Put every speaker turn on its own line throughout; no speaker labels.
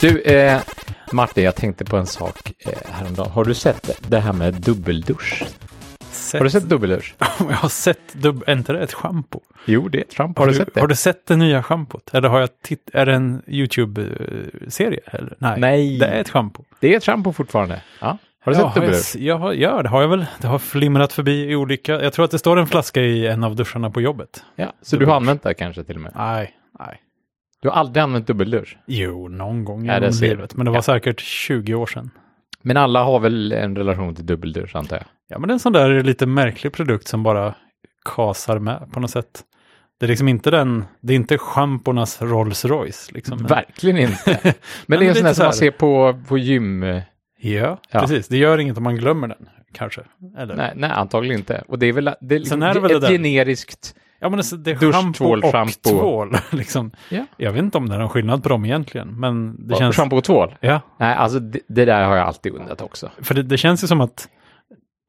Du, eh, Martin, jag tänkte på en sak eh, häromdagen. Har du sett det här med dubbeldusch?
Sett,
Har du sett dubbeldusch?
Jag har sett, dubb, är inte det ett schampo?
Jo, det är Trump. Har du sett det?
Har du sett det nya schampot? Eller har jag titt, är det en YouTube-serie? Eller? Nej,
Nej.
det är ett schampo.
Det är Trump fortfarande. Ja. Har du
ja,
sett dubbeldusch?
jag, ja, ja, det har jag väl. Det har flimrat förbi i olika. Jag tror att det står en flaska i en av duscharna på jobbet.
Ja, så du har använt det kanske till och med?
Nej, nej.
Du har aldrig använt dubbeldusch?
Jo, någon gång
Ja, det
i
ser
livet. Men det var säkert 20 år sedan.
Men alla har väl en relation till dubbeldusch, antar jag?
Ja, men det är en sån där lite märklig produkt som bara kasar med på något sätt. Det är liksom inte den, det är inte schampornas Rolls Royce. Liksom.
Verkligen inte. Men,
men
det är
lite
en sån där
så
som man
här.
ser på, på gym... eh,
Ja,
Ja.
precis. Det gör inget om man glömmer den, kanske. Eller?
Nej, nej, antagligen inte. Och det är väl, det är liksom,
är det väl
ett
det där-
generiskt...
Ja, men det, det är
Dusch,
schampo
tvål,
och
schampo.
tvål. Liksom.
Ja.
Jag vet inte om det är någon skillnad på dem egentligen, men det
Vad,
känns...
Shampoo och tvål?
Ja,
Nej, alltså det, det där har jag alltid undrat också.
för det, det känns ju som att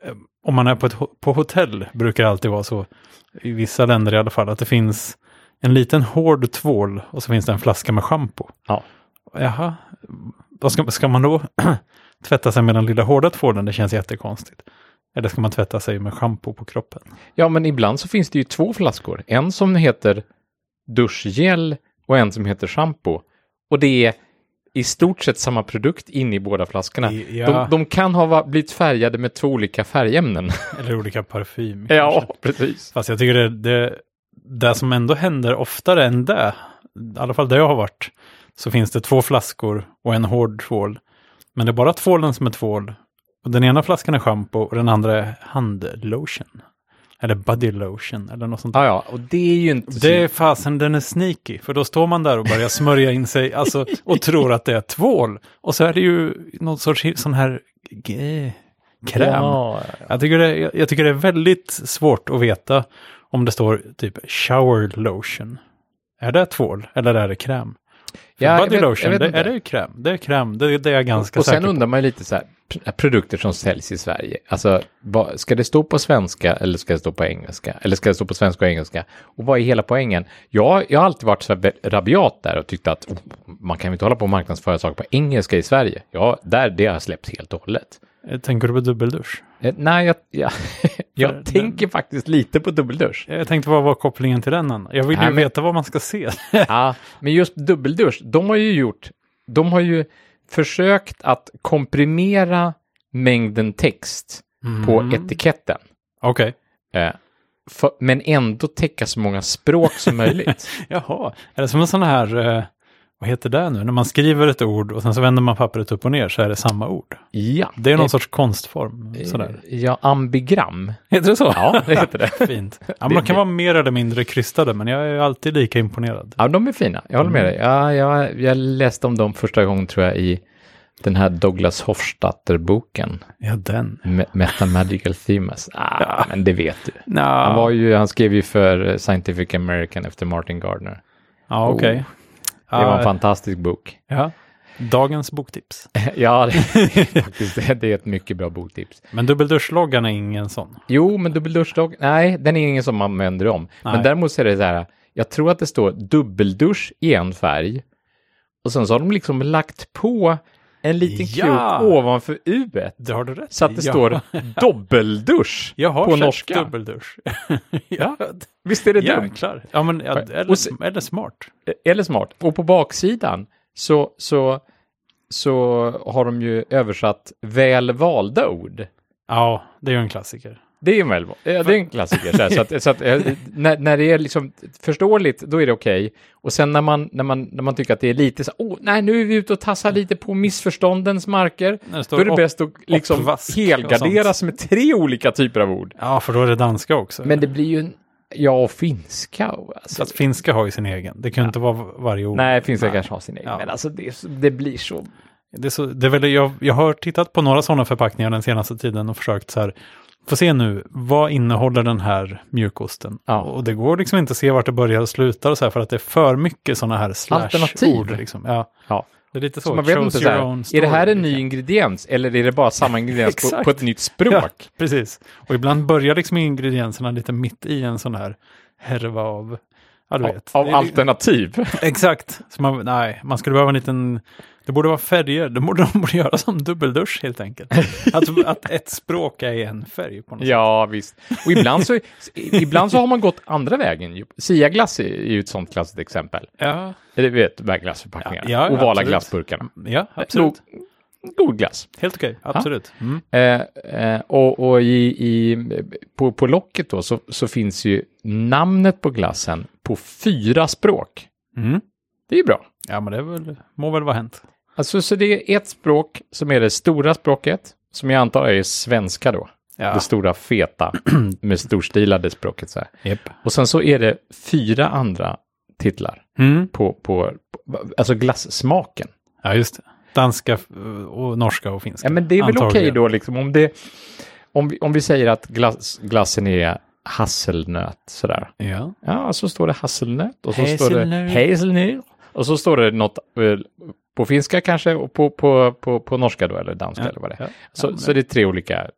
eh, om man är på, ett, ho- på hotell brukar det alltid vara så, i vissa länder i alla fall, att det finns en liten hård tvål och så finns det en flaska med schampo.
Ja.
Jaha, vad ska, ska man då tvätta sig med den lilla hårda tvålen? Det känns jättekonstigt. Eller ska man tvätta sig med schampo på kroppen?
Ja, men ibland så finns det ju två flaskor. En som heter duschgel och en som heter shampoo. Och det är i stort sett samma produkt inne i båda flaskorna.
Ja.
De, de kan ha va- blivit färgade med två olika färgämnen.
Eller olika parfym. kanske.
ja, precis.
Fast jag tycker det, det, det som ändå händer oftare än det, i alla fall där jag har varit, så finns det två flaskor och en hård tvål. Men det är bara tvålen som är tvål. Och den ena flaskan är schampo och den andra är handlotion. Eller body lotion eller något sånt.
Ja, ja, och det är ju inte så-
Det är fasen, den är sneaky. För då står man där och börjar smörja in sig alltså, och tror att det är tvål. Och så är det ju någon sorts hi- sån här eh, kräm.
Ja,
Jag tycker, det, jag, jag tycker det är väldigt svårt att veta om det står typ shower lotion. Är det tvål eller är det kräm? För
Ja, jag
body
vet- jag
lotion,
vet
det,
inte.
är det ju kräm? Det är kräm, det, det är jag ganska
och
säker
sen
på.
undrar man ju lite så här, pr- produkter som säljs i Sverige. Alltså, vad, ska det stå på svenska eller ska det stå på engelska? Eller ska det stå på svenska och engelska? Och vad är hela poängen? Jag, jag har alltid varit så här vä- rabiat där och tyckt att oh, man kan ju inte hålla på och marknadsföra saker på engelska i Sverige. Ja, där, det har jag släppt helt och hållet.
Eh, Tänker du på dubbeldusch?
Eh, Nej, jag, jag, jag
För
tänker faktiskt lite på dubbeldusch.
Jag tänkte vad var kopplingen till den? annan? Jag vill
Nej,
ju
men-
veta vad man ska se.
Ja, men just dubbeldusch, de har ju gjort, de har ju försökt att komprimera mängden text på etiketten.
Okej.
Eh, för, men ändå täcka så många språk som möjligt.
Jaha, är det som en sån här, eh, vad heter det nu, när man skriver ett ord och sen så vänder man pappret upp och ner så är det samma ord.
ja.
Det är någon
Eh,
sorts konstform, sådär.
eh, Ja, ambigram.
Heter det så?
Ja, det heter det.
Fint. Ja, men de kan vara mer eller mindre krystade, men jag är ju alltid lika imponerad.
Ja, de är fina. Jag håller med dig. Ja, jag, jag läste om dem första gången tror jag i den här Douglas Hofstadter-boken,
Ja, den.
Me- Metamagical Themes. Ah, Men det vet du. Han,
Nja,
var ju, han skrev ju för eh, Scientific American efter Martin Gardner.
ja okej.
Det var en
Ja,
fantastisk bok.
ja. Dagens boktips.
Ja, det, faktiskt, det, det är ett mycket bra boktips.
Men dubbelduschloggan är ingen sån.
Jo, men dubbelduschdag, nej, den är ingen som man vänder om. Men
Nej.
däremot så är det så här, jag tror att det står dubbeldusch i en färg och sen så har de liksom lagt på en liten
Ja!
krok ovanför u
Det har du rätt
så att det
i. Ja.
står dubbeldusch
jag har
på
köpt
norska.
dubbeldusch. ja,
Visst är det dumt?
jäklar. Ja, men, ja,
Och se-
eller, eller smart.
Eller smart. Och på baksidan så, så, så har de ju översatt väl valda ord.
Ja, det är ju en klassiker.
Det är ju en, väl, ja, det är en klassiker. Så, här, så att, så att, eh, när, när det är liksom förståeligt, då är det okej. Och sen när man, när, man, när man tycker att det är lite så åh, nej, nu är vi ute och tassar lite på missförståndens marker.
När det står
Då är det
op-
bäst att liksom
opvask och
helgarderas med tre olika typer av ord.
Ja, för då är det danska också.
Men det blir ju en, ja, och finska. och Alltså.
Fast finska har ju sin egen. Det kan ju inte vara varje ord.
Nej, finska kanske har sin egen,
Ja.
men alltså det, är så- det blir så.
Det är så, det är väl, jag, jag har tittat på några sådana förpackningar den senaste tiden och försökt så här, få se nu, vad innehåller den här mjukosten?
Ja.
Och det går liksom inte att se vart det börjar och slutar och så här, för att det är för mycket sådana här
Alternativ.
slash-ord. Liksom. Ja,
Ja.
det är lite så.
Så man vet
Choose
inte, så
your
här,
own
är det
story,
här en
liksom.
ny ingrediens eller är det bara samma ingrediens på,
Exakt.
på ett nytt språk?
Ja, precis. Och ibland börjar liksom ingredienserna lite mitt i en sån här härva av, ja du vet.
Av
Det är-
alternativ.
Exakt. Så man, nej, man skulle behöva en liten Det borde vara färger. De borde, de borde göra som dubbeldusch helt enkelt. Att, att ett språk är en färg på något sätt.
Ja, visst. Och ibland så, ibland så har man gått andra vägen. ju. Siaglass är ju ett sånt klassiskt exempel.
Ja,
Du vet, de här glassförpackningarna.
Ja, ja,
Ovala
absolut.
glassburkarna.
ja absolut.
God glass.
Helt okej, absolut. Mm.
Eh, eh, och och i, i, på, på locket då så, så finns ju namnet på glassen på fyra språk.
Mm.
Det är ju bra.
Ja, men det är väl, må väl vara hänt.
Alltså, så det är ett språk som är det stora språket, som jag antar är svenska då.
Ja,
Det stora feta, med storstilade språket så här.
Japp.
Och sen så är det fyra andra titlar
Mm.
på, på, på alltså glassmaken.
ja just det. Danska, f- och norska och finska.
Ja, men det är väl okej
Antagligen.
då, liksom, om, det, om, vi, om vi säger att glass, glassen är hasselnöt, sådär.
Ja.
Ja, så står det hasselnöt och så står det
Hazelnöt.
hazelnöt. Och så står det något eh, på finska kanske och på, på, på, på norska då, eller danska eller vad det är.
ja.
Så, så det är tre olika.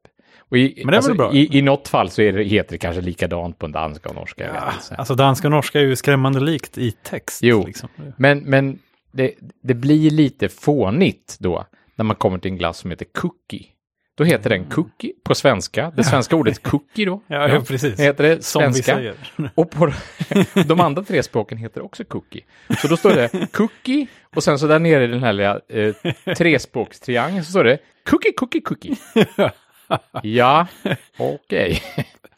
Och i, alltså,
Men det är väl bra.
I, I något fall så är det, heter det kanske likadant på danska och norska. jag
Ja,
vet inte.
alltså danska och norska är ju skrämmande likt i text.
Jo.
Liksom.
Men, men det, det blir lite fånigt då när man kommer till en glass som heter cookie. Då heter den cookie på svenska. Det svenska ordet cookie då.
Mm. Ja, ja, precis.
Det heter det
Som vi
svenska.
säger.
Och på de andra tre språken heter också cookie. Så då står det cookie och sen så där nere i den här lilla eh, trespråkstriangeln så står det cookie, cookie, cookie. Ja, okej.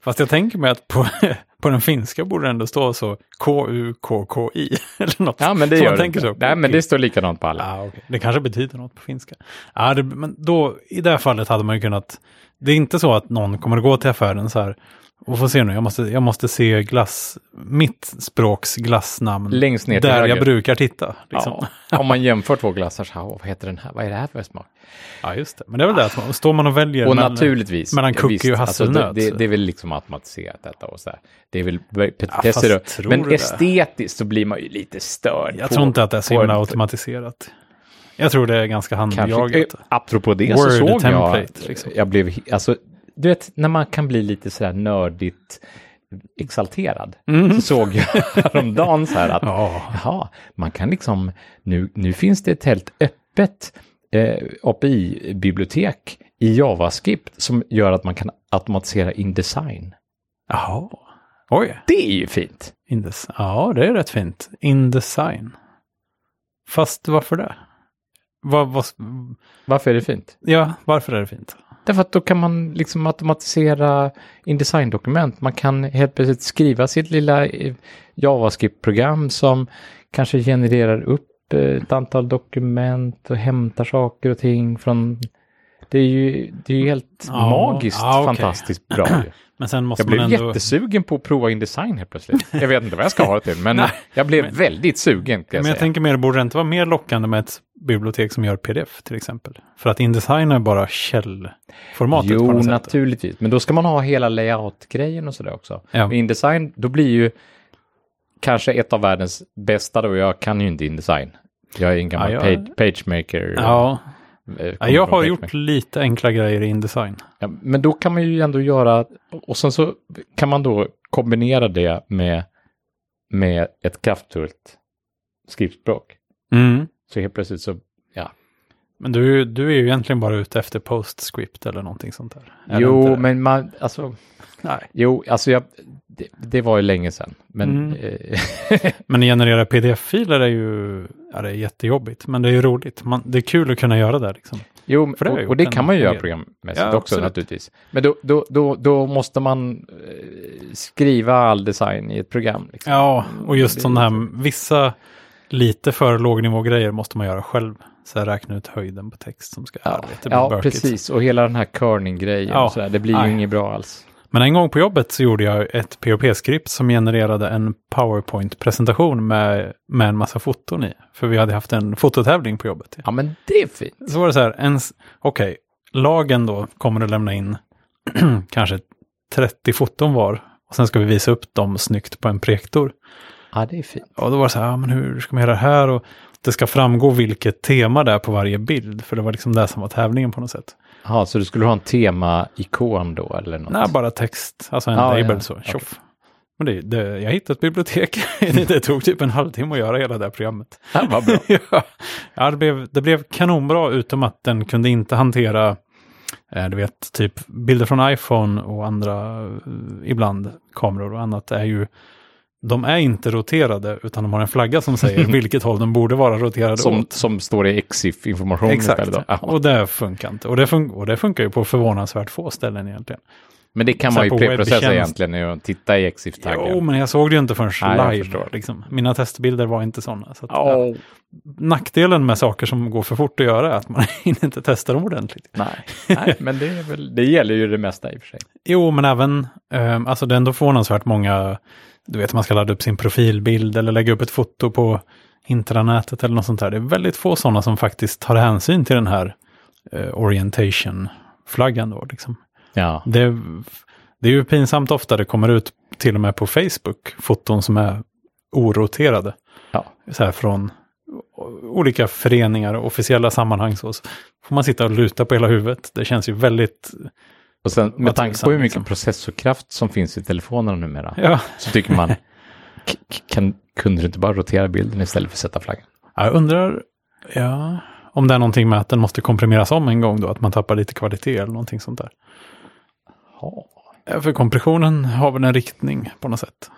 Fast jag tänker mig att på, på den finska borde det ändå stå så K-U-K-K-I. Eller något.
Ja, men det
Så
gör
man
det.
tänker
inte.
så.
Nej, men det står likadant på alla.
Ah, okej. Det kanske betyder något på finska. Ja, det, men då, i det här fallet hade man ju kunnat... Det är inte så att någon kommer att gå till affären så här och få se nu, jag måste, jag måste se glass, mitt språks glassnamn
Längst ner till
där jag
höger.
brukar titta. Liksom. Ja.
Ja, om man jämför två glassar så här, vad heter den här? Vad är det här för smak?
just det. Men det är väl det att man, står man och väljer
Och
mellan-
naturligtvis.
mellan
ja,
cookie
visst,
och hasselnöt.
Alltså, det, det, det är väl liksom automatiserat detta och så här. Det är väl
fast
petitesser. då.
tror du
men
det?
estetiskt så blir man ju lite störd.
jag
på-
tror inte att det är så
på
himla
en-
automatiserat. Jag tror det är ganska
Kanske,
handjagat.
eh, apropå det så
Word
såg
template,
jag,
liksom.
jag blev, he- alltså, du vet när man kan bli lite sådär nördigt exalterad, så såg jag häromdagen så här att,
Mm. Ja.
jaha, man kan liksom, nu, nu finns det ett helt öppet eh, API-bibliotek i JavaScript som gör att man kan automatisera InDesign.
Jaha. Oj.
Det är ju fint.
Indes ja, det är rätt fint. Indesign. Fast varför det? Vad- vad-
Varför är det fint?
ja, varför är det fint?
Därför att då kan man liksom automatisera InDesign-dokument. Man kan helt plötsligt skriva sitt lilla eh, JavaScript-program som kanske genererar upp eh, ett antal dokument och hämtar saker och ting från... Det är ju, det är ju helt
Ja,
magiskt
ja, okej.
fantastiskt bra. ju.
Men sen måste
Jag blev
man ändå...
jättesugen på att prova InDesign helt plötsligt. Jag vet inte vad jag ska ha det till, men jag blev väldigt sugen. Kan jag
men jag
säga.
tänker mer, borde det inte vara mer lockande med ett bibliotek som gör pdf till exempel? För att Indesign är bara källformatet på
Jo,
något sätt.
naturligtvis. Men då ska man ha hela layout-grejen och sådär också.
Ja.
Med Indesign, då blir ju kanske ett av världens bästa då. Jag kan ju inte Indesign. Jag är en gammal
Ja,
page,
jag-
pagemaker.
Ja,
eh, kommer
ja, jag
från
har
pagemaker.
gjort lite enkla grejer i Indesign.
Ja, men då kan man ju ändå göra, och sen så kan man då kombinera det med, med ett kraftfullt skriftspråk.
Mm.
Så helt plötsligt så, ja.
Men du, du är ju egentligen bara ute efter PostScript eller någonting sånt där. Är det inte
jo,
det?
men man, alltså,
Nej.
jo, alltså jag, det, det var ju länge sedan. Men,
Mm.
eh,
Men att generera pdf-filer är ju ja, det är jättejobbigt, men det är ju roligt. Man, det är kul att kunna göra det. Liksom.
Jo, men-
För det har
och,
jag
och det
gjort
kan
en
man ju göra
del.
programmässigt
Ja,
också
absolut.
naturligtvis. Men då, då, då, då måste man eh, skriva all design i ett program. Liksom.
Ja, och just
det är
sådana här vissa lite för lågnivågrejer måste man göra själv. Så här räkna ut höjden på text som ska... jag vet, det blir
ja
bökigt.
precis. Och hela den här kerning-grejen,
Ja.
och sådär, det blir ju
Nej.
inget bra alls.
Men en gång på jobbet så gjorde jag ett POP-skript som genererade en PowerPoint-presentation med, med en massa foton i. För vi hade haft en fototävling på jobbet.
Ja, men det är fint.
Så var det så här, ens- okej, lagen då kommer att lämna in kanske 30 foton var. Och sen ska vi visa upp dem snyggt på en projektor.
Ja, det är fint.
Och då var det så här, ja, men hur ska man göra det här? Och det ska framgå vilket tema det är på varje bild. För det var liksom det som var tävlingen på något sätt.
Ja, så du skulle ha en tema-ikon då eller något?
Nej, bara text, alltså en
Ja,
label
ja.
så,
Okej.
tjoff. Men det, det, jag hittade ett bibliotek. det, det tog typ en halvtimme att göra hela det här programmet.
Ja, vad bra.
ja, Ja, det, blev, det blev kanonbra utom att den kunde inte hantera eh, du vet, typ bilder från iPhone och andra eh, ibland kameror och annat är ju de är inte roterade utan de har en flagga som säger vilket håll de borde vara roterade
Som,
åt.
som står i EXIF-information
Exakt,
istället. Då. Ja.
och det funkar inte. Och det, fun- och det funkar ju på förvånansvärt få ställen egentligen.
Men det kan man ju
Sen på
preprocessa
webbtjänst.
egentligen genom att titta i EXIF-taggen.
Jo, men jag såg det ju inte förrän
Nej, jag
live.
förstår.
Liksom. Mina testbilder var inte sådana. Så att, ja.
Åh,
Nackdelen med saker som går för fort att göra är att man hinner inte testa dem ordentligt.
nej. nej, men det, är väl, det gäller ju det mesta i och för sig.
Jo, men även, eh, alltså det är ändå förvånansvärt många, du vet man ska ladda upp sin profilbild eller lägga upp ett foto på intranätet eller något sånt där. Det är väldigt få sådana som faktiskt tar hänsyn till den här eh, orientation-flaggan då. Liksom.
Ja,
Det, är, det är ju pinsamt ofta det kommer ut, till och med på Facebook, foton som är oroterade.
Ja.
Så här från o- olika föreningar och officiella sammanhang så så får man sitta och luta på hela huvudet. Det känns ju väldigt,
och sen med
Vad
tanke
tacksam,
på hur mycket
liksom.
processorkraft som finns i telefonerna numera
ja,
så tycker man, k- k- kan, kunde du inte bara rotera bilden istället för att sätta flaggan?
Ja, Jag undrar ja, om det är någonting med att den måste komprimeras om en gång då, att man tappar lite kvalitet eller någonting sånt där.
Ja.
Ja, För kompressionen har väl en riktning på något sätt?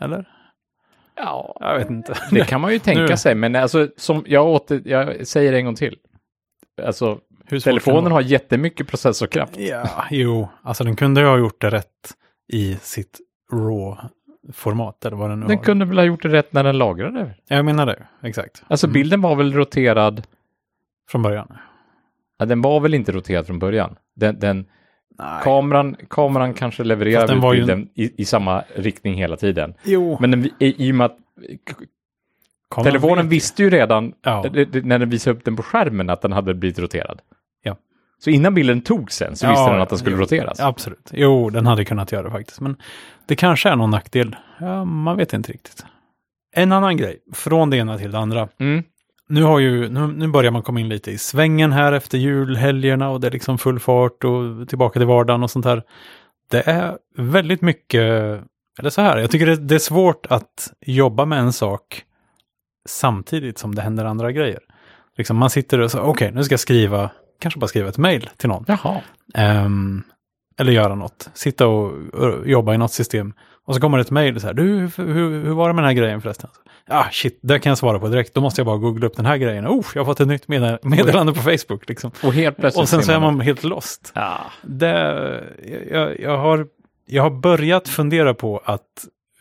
Eller?
Ja,
Jag vet inte.
det kan man ju tänka
Nu-
sig, men alltså, som jag, åter, jag säger det en gång till. Alltså,
Hur svårt kan
telefonen
det
har jättemycket processorkraft.
vara? Ja, jo, alltså den kunde ju ha gjort det rätt i sitt RAW-format eller vad den nu
Den
har.
kunde väl ha gjort det rätt när den lagrade?
Jag menar det, exakt.
Alltså
Mm.
bilden var väl roterad,
Från början.
ja, den var väl inte roterad från början. Den, den,
Nej.
kameran, kameran kanske
Fast
levererade
den var
ut
ju-
bilden i, i samma riktning hela tiden.
jo.
Men den, i, i och med att k-
Kameran
telefonen
vet ju.
visste ju redan eh,
Ja.
det- det- när den visade upp den på skärmen att den hade blivit roterad.
Ja.
Så innan bilden togs sen så visste
Ja,
den att den skulle
jo,
roteras.
Absolut. Jo, den hade kunnat göra det faktiskt. Men det kanske är någon nackdel. Ja, man vet inte riktigt. En annan grej, från det ena till det andra.
Mm.
Nu, har ju, nu, nu börjar man komma in lite i svängen här efter julhelgerna och det är liksom full fart och tillbaka till vardagen och sånt här. Det är väldigt mycket, eller så här, jag tycker det, det är svårt att jobba med en sak samtidigt som det händer andra grejer. Liksom man sitter och så, okej, nu ska jag skriva, kanske bara skriva ett mejl till någon.
Jaha.
Ehm, eller göra något. Sitta och ö, jobba i något system. Och så kommer det ett mejl så här. Du, hur, hur, hur var det med den här grejen förresten? Ja, ah, shit, det kan jag svara på direkt. Då måste jag bara googla upp den här grejen. Oh, jag har fått ett nytt medel- meddelande på Facebook. Liksom.
Och helt plötsligt
Och sen
ser
så är man helt lost.
Ja.
Det, jag, jag, har, jag har börjat fundera på att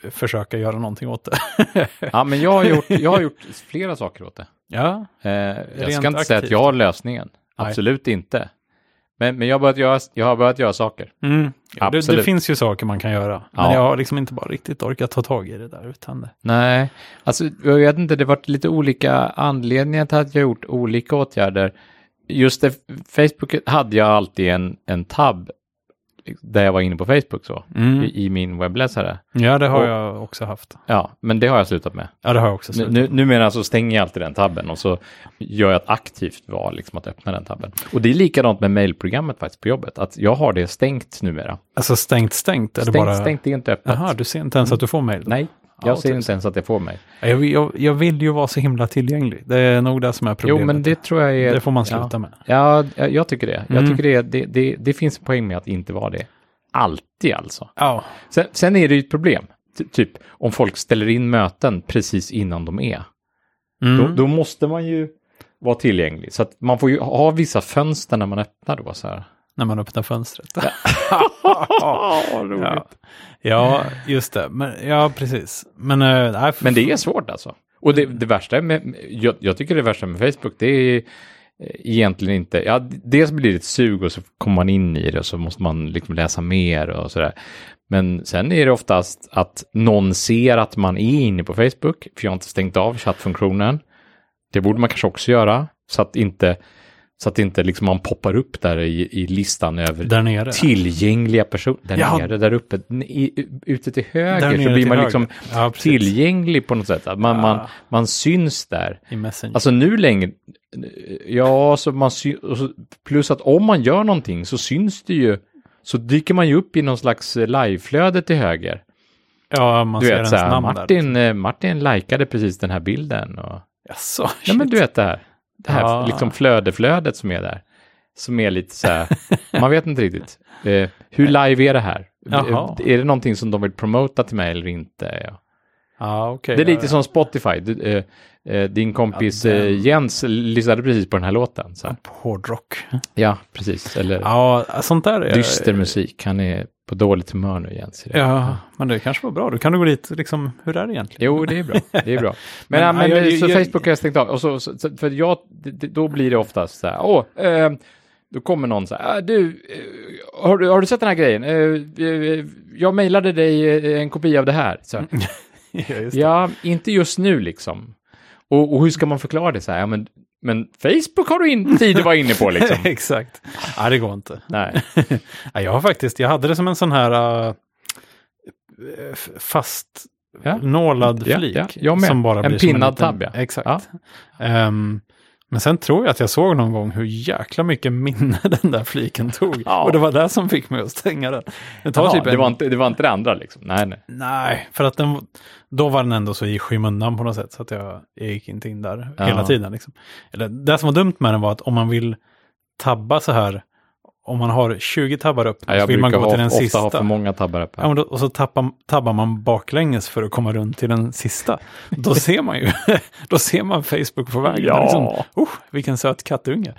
försöka göra någonting åt det.
ja, men jag har, gjort, jag har gjort flera saker åt det.
ja,
Eh, jag
Rent
ska inte säga att
aktivt.
jag har lösningen.
Nej.
Absolut inte. Men, men jag, har börjat göra, jag har börjat göra saker.
mm. det, det
Absolut.
finns ju saker man kan göra. Men
Ja.
jag har liksom inte bara riktigt orkat ta tag i det där. Utan det.
Nej, alltså jag vet inte, det har varit lite olika anledningar till att jag gjort olika åtgärder. Just det, Facebook hade jag alltid en, en tab där jag var inne på Facebook så,
Mm.
i, i min webbläsare.
Ja, det har
Och-
jag också haft.
Ja, men det har jag slutat med.
Ja, det har jag också.
Nu,
sett.
nu, numera så stänger jag alltid den tabben och så gör jag ett aktivt val liksom att öppna den tabben. Och det är likadant med mailprogrammet faktiskt på jobbet, att jag har det stängt numera.
Alltså stängt, stängt? Eller
Stängt,
bara...
stängt Mm. är inte öppet.
Jaha, du ser inte ens att du får mejl?
Nej,
Ja,
jag ser
tusen.
inte ens att jag får mig.
Jag, jag, jag vill ju vara så himla tillgänglig. Det är nog det som är problemet.
Jo, men det tror jag är...
Det får man
ja.
sluta med.
Ja, jag, jag tycker det. Jag
Mm.
tycker det, det, det. Det finns en poäng med att inte vara det. Alltid alltså.
Ja,
Sen, sen är det ju ett problem. Ty- typ om folk ställer in möten precis innan de är.
mm.
Då, då måste man ju vara tillgänglig. Så att man får ju ha vissa fönster när man öppnar då. Så här.
när man öppnar fönstret. Ja.
roligt.
ja. just det. Men, ja, precis. Men, eh, nej, f-
Men det är svårt alltså. Och det, det värsta med, jag, jag tycker det värsta med Facebook, det är eh, egentligen inte, ja, dels blir det ett sug och så kommer man in i det och så måste man liksom läsa mer och sådär. Men sen är det oftast att någon ser att man är inne på Facebook, för jag har inte stängt av chattfunktionen. Det borde man kanske också göra, så att inte, så att inte liksom man poppar upp där i, i listan över
där nere.
tillgängliga personer. Där
Ja.
nere, där uppe, n- i, ute till
Där
höger
nere
så blir
till
man
höger.
liksom
Ja, precis.
tillgänglig på något sätt. Att man, man,
Ja.
man syns där.
I Messenger.
Alltså nu längre, ja, så man sy- och så- plus att om man gör någonting så syns det ju, så dyker man ju upp i någon slags liveflöde till höger.
Ja, man
Du
ser
vet,
ens
så här,
namn där. liksom.
Martin, eh, Martin likade precis den här bilden. Och,
Jaså,
nej,
shit.
men du vet det här, det här
Ja.
liksom flödeflödet som är där. Som är lite så här, man vet inte riktigt. Eh, hur live är det här?
Jaha.
Är det någonting som de vill promota till mig eller inte? Ja.
Ja, okej.
Det är
ja,
lite som Spotify. Du, eh, eh, din kompis
Ja, den-
eh, Jens lyssnade precis på den här låten. Så. här.
ja. Hårdrock.
Ja, precis. Eller
Ja, sånt där är...
dyster musik. Han är på dåligt humör nu, Jens. i det.
Ja, men det kanske var bra. Då kan du gå dit, liksom, hur är det egentligen?
Jo, det är bra. Det är bra. Men,
Men,
ja, men eh,
ja, jag-
så
jag-
Facebook har jag stängt av. Och så, så, så, för jag, det- det- då blir det oftast så här, åh, eh, då kommer någon så här, "Ah, du, eh, har, du- har du sett den här grejen? Eh, eh, jag mejlade dig eh, en kopia av det här. Så, här,
ja, just det.
ja, inte just nu liksom. Och, och hur ska man förklara det så här? Ja, men, men Facebook har du inte tid att vara inne på liksom.
Exakt. Nej, det går inte.
Nej,
Ja, jag har faktiskt, jag hade det som en sån här eh, f- fast
Ja.
nålad
Ja,
flik.
ja, jag med.
Som bara
En
blir som
pinnad
liten-
tab, ja.
Exakt.
Ja.
Ehm, men sen tror jag att jag såg någon gång hur jäkla mycket minne den där fliken tog.
Ja.
Och det var det som fick mig att stänga den. Det tar
Jaha,
typ en...
det, var inte, det var inte det andra liksom. Nej, nej.
Nej, för att den, då var den ändå så i skymundan på något sätt. Så att jag, jag gick inte in där
Ja.
hela tiden. Liksom. Eller, det som var dumt med den var att om man vill tabba så här, om man har 20 tabbar upp,
Ja, jag
så vill man
brukar
gå
ha,
till den
ofta
sista.
ha för många tabbar upp.
Ja,
Här.
men då, och så tappar, tabbar man baklänges för att komma runt till den sista. Då ser man ju, då ser man Facebook på vägen.
Ja.
Liksom, oh, vilken söt kattunge.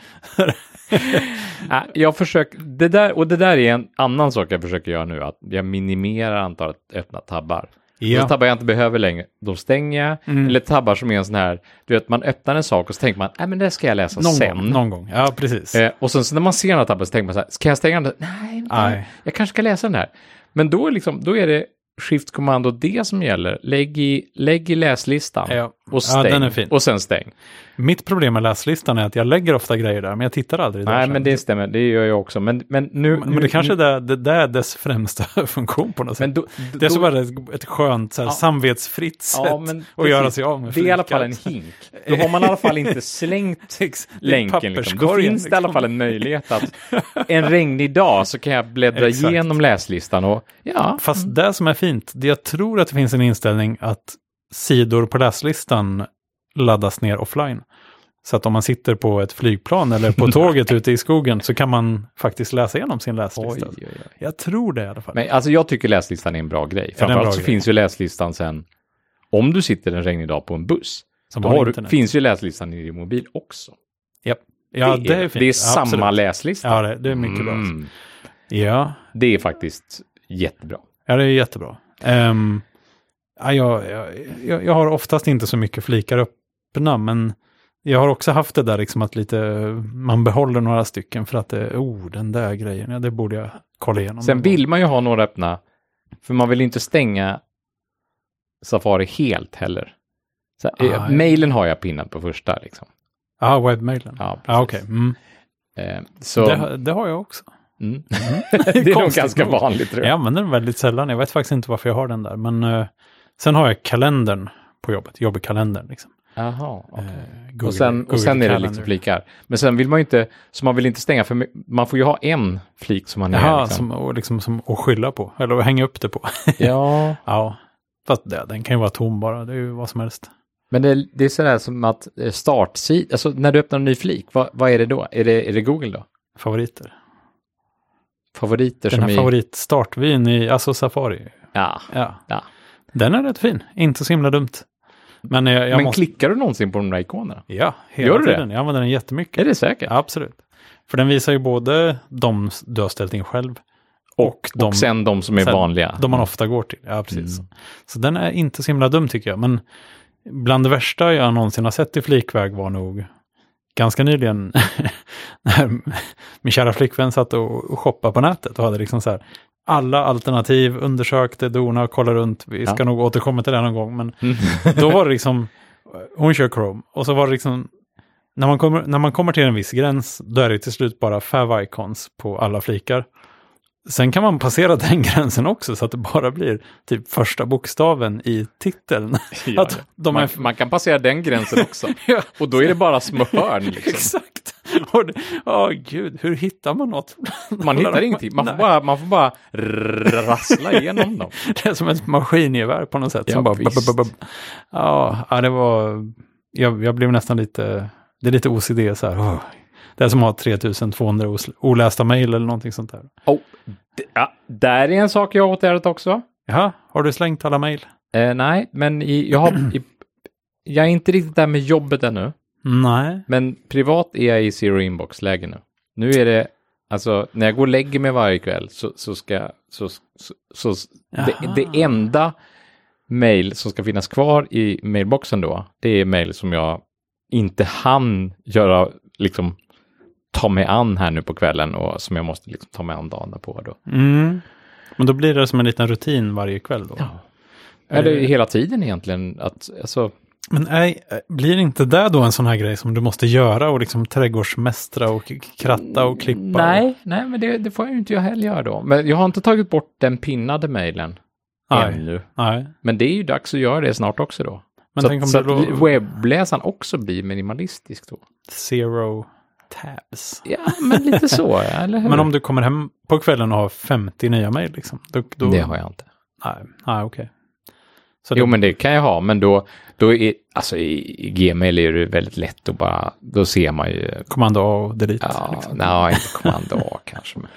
Nej, jag försöker, det där, och det där är en annan sak jag försöker göra nu, att jag minimerar antalet öppna tabbar.
Ja. Mm.
De tabbar jag inte behöver längre, då stänger jag. Eller tabbar som är en sån här, du vet, man öppnar en sak och så tänker man, nej men det ska jag läsa
Någon
sen.
gång, någon gång. Ja, precis.
Eh, och sen så när man ser den här tabben så tänker man så här, ska jag stänga den? Nej, nej.
Nej.
jag kanske ska läsa den här. Men då, är liksom, då är det shift-kommando D som gäller. Lägg i, lägg i läslistan
Ja.
och
Ja,
stäng.
den är fin.
Och sen stäng.
Mitt problem med läslistan är att jag lägger ofta grejer där, men jag tittar aldrig där
Nej,
sen.
men det stämmer, det gör jag också. Men, men nu...
Men
nu,
det kanske är där, det där är dess främsta funktion på något sätt.
men då,
det är
då-
så bara ett, ett skönt, så här, samvetsfritt sätt
Ja, men
att göra
precis.
sig av med
Det är i alla
flikar.
fall en hink. Då har man i alla fall inte slängt
Ex- det är
länken. Liksom. Då
papperskorgen,
finns det i alla
liksom.
fall en möjlighet att en regnig dag så kan jag bläddra
Exakt.
igenom läslistan och ja,
Fast det som är fint, det jag tror att det finns en inställning att sidor på läslistan laddas ner offline. Så att om man sitter på ett flygplan eller på tåget ute i skogen så kan man faktiskt läsa igenom sin
oj,
läslista.
oj, oj.
Jag tror det i alla fall.
Men alltså jag tycker läslistan är en bra grej.
bra
Framförallt så
grej?
finns ju läslistan sen, om du sitter en regnig dag på en buss,
Som
då
har
har du,
internet.
finns ju läslistan i din mobil också.
Japp. Ja, det, är fint.
det är
Ja,
samma
absolut.
läslista.
Ja, det, det är mycket bra.
Mm.
Ja,
Det är faktiskt jättebra.
Ja, det är jättebra. Ehm, ja, jag, jag- jag, jag har oftast inte så mycket flikar öppna, men jag har också haft det där liksom att lite, man behåller några stycken för att det, oh, den där grejen, ja, det borde jag kolla igenom.
Sen vill man ju ha några öppna, för man vill inte stänga Safari helt heller. Så, eh,
Ah, ja.
Mailen har jag pinnat på första. Liksom.
Ja, webbmailen. Ja,
Ja,
okej. Mm.
eh, så
Det,
det,
har- det har jag också.
mm. det är nog
Konstigt
ganska
nog.
vanligt tror jag.
Jag använder den väldigt sällan, jag vet faktiskt inte varför jag har den där, men eh, sen har jag kalendern på jobbet, jobbkalendern liksom.
Jaha, okej.
Eh,
och, sen,
Google
och sen är det liksom
Calendar.
flikar. Men sen vill man ju inte, så man vill inte stänga, för my- man får ju ha en flik som man är.
Jaha,
Liksom.
som, och liksom, som att skylla på, eller att hänga upp det på.
Ja,
Ja, fast det, den kan ju vara tom bara, det är ju vad som helst.
men det, det är sådär som att eh, startsida, alltså när du öppnar en ny flik, vad, vad är det då? Är det, är det Google då?
Favoriter.
Favoriter
Den
som
här
i...
favoritstartvin i, alltså Safari.
Ja.
Ja.
Ja.
Den är rätt fin, inte så himla dumt. Men jag, jag
Men
måste...
klickar du någonsin på de där ikonerna?
Ja, hela
Gör du det?
tiden. Jag använder den jättemycket.
Är det säkert?
Ja, absolut. För den visar ju både de s- du har ställt in själv och, de,
och sen de som är
sen
vanliga.
de man ofta går till. Ja, precis. Så den är inte så himla dum tycker jag. Men bland det värsta jag någonsin har sett i flikväg var nog ganska nyligen när min kära flickvän satt och och shoppade på nätet och hade liksom så här alla alternativ, undersökte, dona, kolla runt. Vi ska
Ja. Mm.
nog återkomma till det någon gång. Men då var det liksom, hon kör Chrome och så var det liksom, när man kommer, när man kommer till en viss gräns, då är det till slut bara fav icons på alla flikar. Sen kan man passera den gränsen också så att det bara blir typ första bokstaven i titeln.
Ja,
att de
man,
är...
man kan passera den gränsen också.
Ja,
Och då är det bara små hörn. Liksom.
Exakt. Och det- Åh gud, hur hittar man något?
Man hittar ingenting. Man får,
Nej.
bara, man får bara rassla igenom dem.
Det är som ett maskingevär på något sätt.
Ja,
som bara,
visst.
bub, bub, bub. Ja, ja, det var... Jag, jag blev nästan lite... Det är lite OCD så här. åh. Det är som att ha 3200 os- olästa mejl eller någonting sånt där.
Oh, d- ja, där är en sak jag har åtgärdat också.
Jaha, har du slängt alla mejl?
Eh, nej, men i, jag, har, i, jag är inte riktigt där med jobbet ännu.
Nej.
Men privat är jag i zero inbox-läge nu. Nu är det, alltså när jag går och lägger mig varje kväll så, så ska, så, så, så det,
Jaha.
det enda mail som ska finnas kvar i mailboxen då, det är mail som jag inte hann göra, liksom ta mig an här nu på kvällen och som jag måste liksom ta mig an dagen på då.
Mm. Men då blir det som en liten rutin varje kväll då.
Eller
Eh,
hela tiden egentligen, att alltså,
Men nej, eh, blir inte det då en sån här grej som du måste göra och liksom trädgårdsmästra och k- kratta och klippa?
Mm, Nej, nej, men det, det får jag ju inte jag heller göra då. Men jag har inte tagit bort den pinnade mejlen
Nej.
ännu.
Och, nej.
Men det är ju dags att göra det snart också då.
Men
så
tänk
att,
om
så
du då...
att webbläsaren också blir minimalistisk då.
Zero tabs.
Ja, men lite så, eller hur?
Men om du kommer hem på kvällen och har 50 nya mejl liksom? Då, då,
Det har jag inte.
Nej, nej okej. Så
Jo,
det-
men det kan jag ha, men då, då är, alltså i, i Gmail är det väldigt lätt att bara, då ser man ju,
Kommando A och delete.
ja,
liksom.
nej, inte kommando A kanske. Men,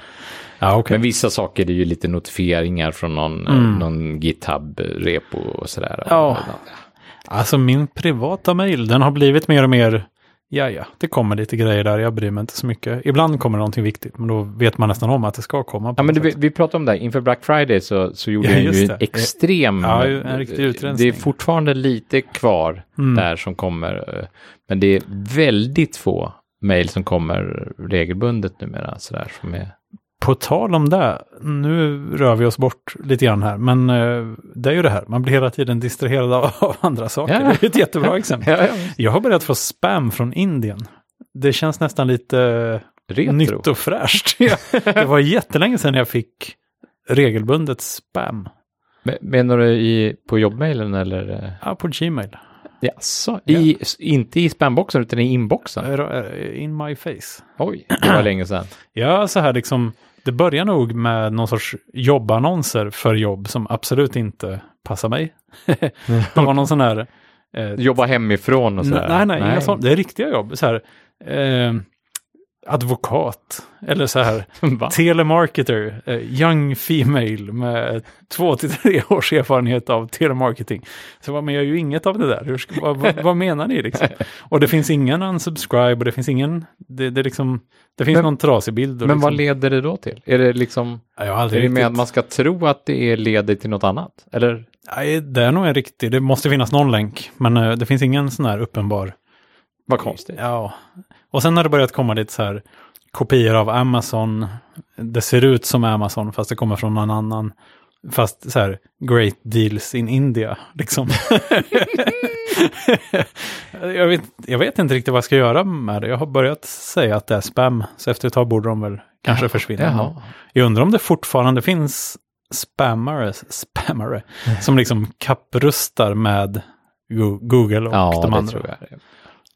ja okej. Mm.
men vissa saker är ju lite notifieringar från någon, eh, någon GitHub-repo och sådär.
Ja. Alltså min privata mejl, den har blivit mer och mer, ja ja, det kommer lite grejer där, jag bryr mig inte så mycket. Ibland kommer någonting viktigt, men då vet man nästan om att det ska komma. på
Ja, men
något
det, vi,
sätt.
vi pratade om det här. inför Black Friday så, så gjorde
Ja,
jag
just
ju en
det.
extrem... eh,
Ja, ju en riktig utrensning. Mm.
Det är fortfarande lite kvar där som kommer. eh, Men det är väldigt få mejl som kommer regelbundet numera. Sådär, som är,
På tal om det, nu rör vi oss bort lite grann här, men eh, det är ju det här, man blir hela tiden distraherad av, av andra saker.
Ja.
Det är ett jättebra exempel.
ja, ja.
Jag har börjat få spam från Indien. Det känns nästan lite
Retro.
nytt och fräscht. Ja, det var jättelänge sedan jag fick regelbundet spam.
Men- Menar du i, på jobbmailen eller? eh,
Ja, på Gmail.
Jaså, i, s- inte i spamboxen utan i inboxen?
Eh, In my face.
Oj, det var länge sedan.
Ja, så här liksom. Det börjar nog med någon sorts jobbannonser för jobb som absolut inte passar mig. det var någon sån här... eh,
Jobba hemifrån och sådär?
Nej, nej, inga sån- det är riktiga jobb. Så här, eh, advokat, eller så här,
Va?
telemarketer, eh, young female med två till tre års erfarenhet av telemarketing. Så vad men jag gör ju inget av det där. Hur ska, vad, vad, vad menar ni liksom? Och det finns ingen unsubscribe och det finns ingen, det, det, är liksom, det finns
Men-
någon trasig bild. Och
Men vad
liksom,
leder det då till? Är det liksom...
Ja, jag har
Är
aldrig
det med att
riktigt-
man ska tro att det är leder till något annat? Eller?
Nej, det är nog en riktig, det måste finnas någon länk, men eh, det finns ingen sån här uppenbar
Vad konstigt.
Ja, och sen har det börjat komma lite så här kopior av Amazon. Det ser ut som Amazon fast det kommer från någon annan. Fast så här, great deals in India, liksom. jag, vet, jag vet inte riktigt vad jag ska göra med det. Jag har börjat säga att det är spam, så efter ett tag borde de väl kanske försvinna.
Jaha.
Jag undrar om det fortfarande finns spammare, spammare som liksom kapprustar med Go- Google och
Ja,
de
det
andra.
tror jag.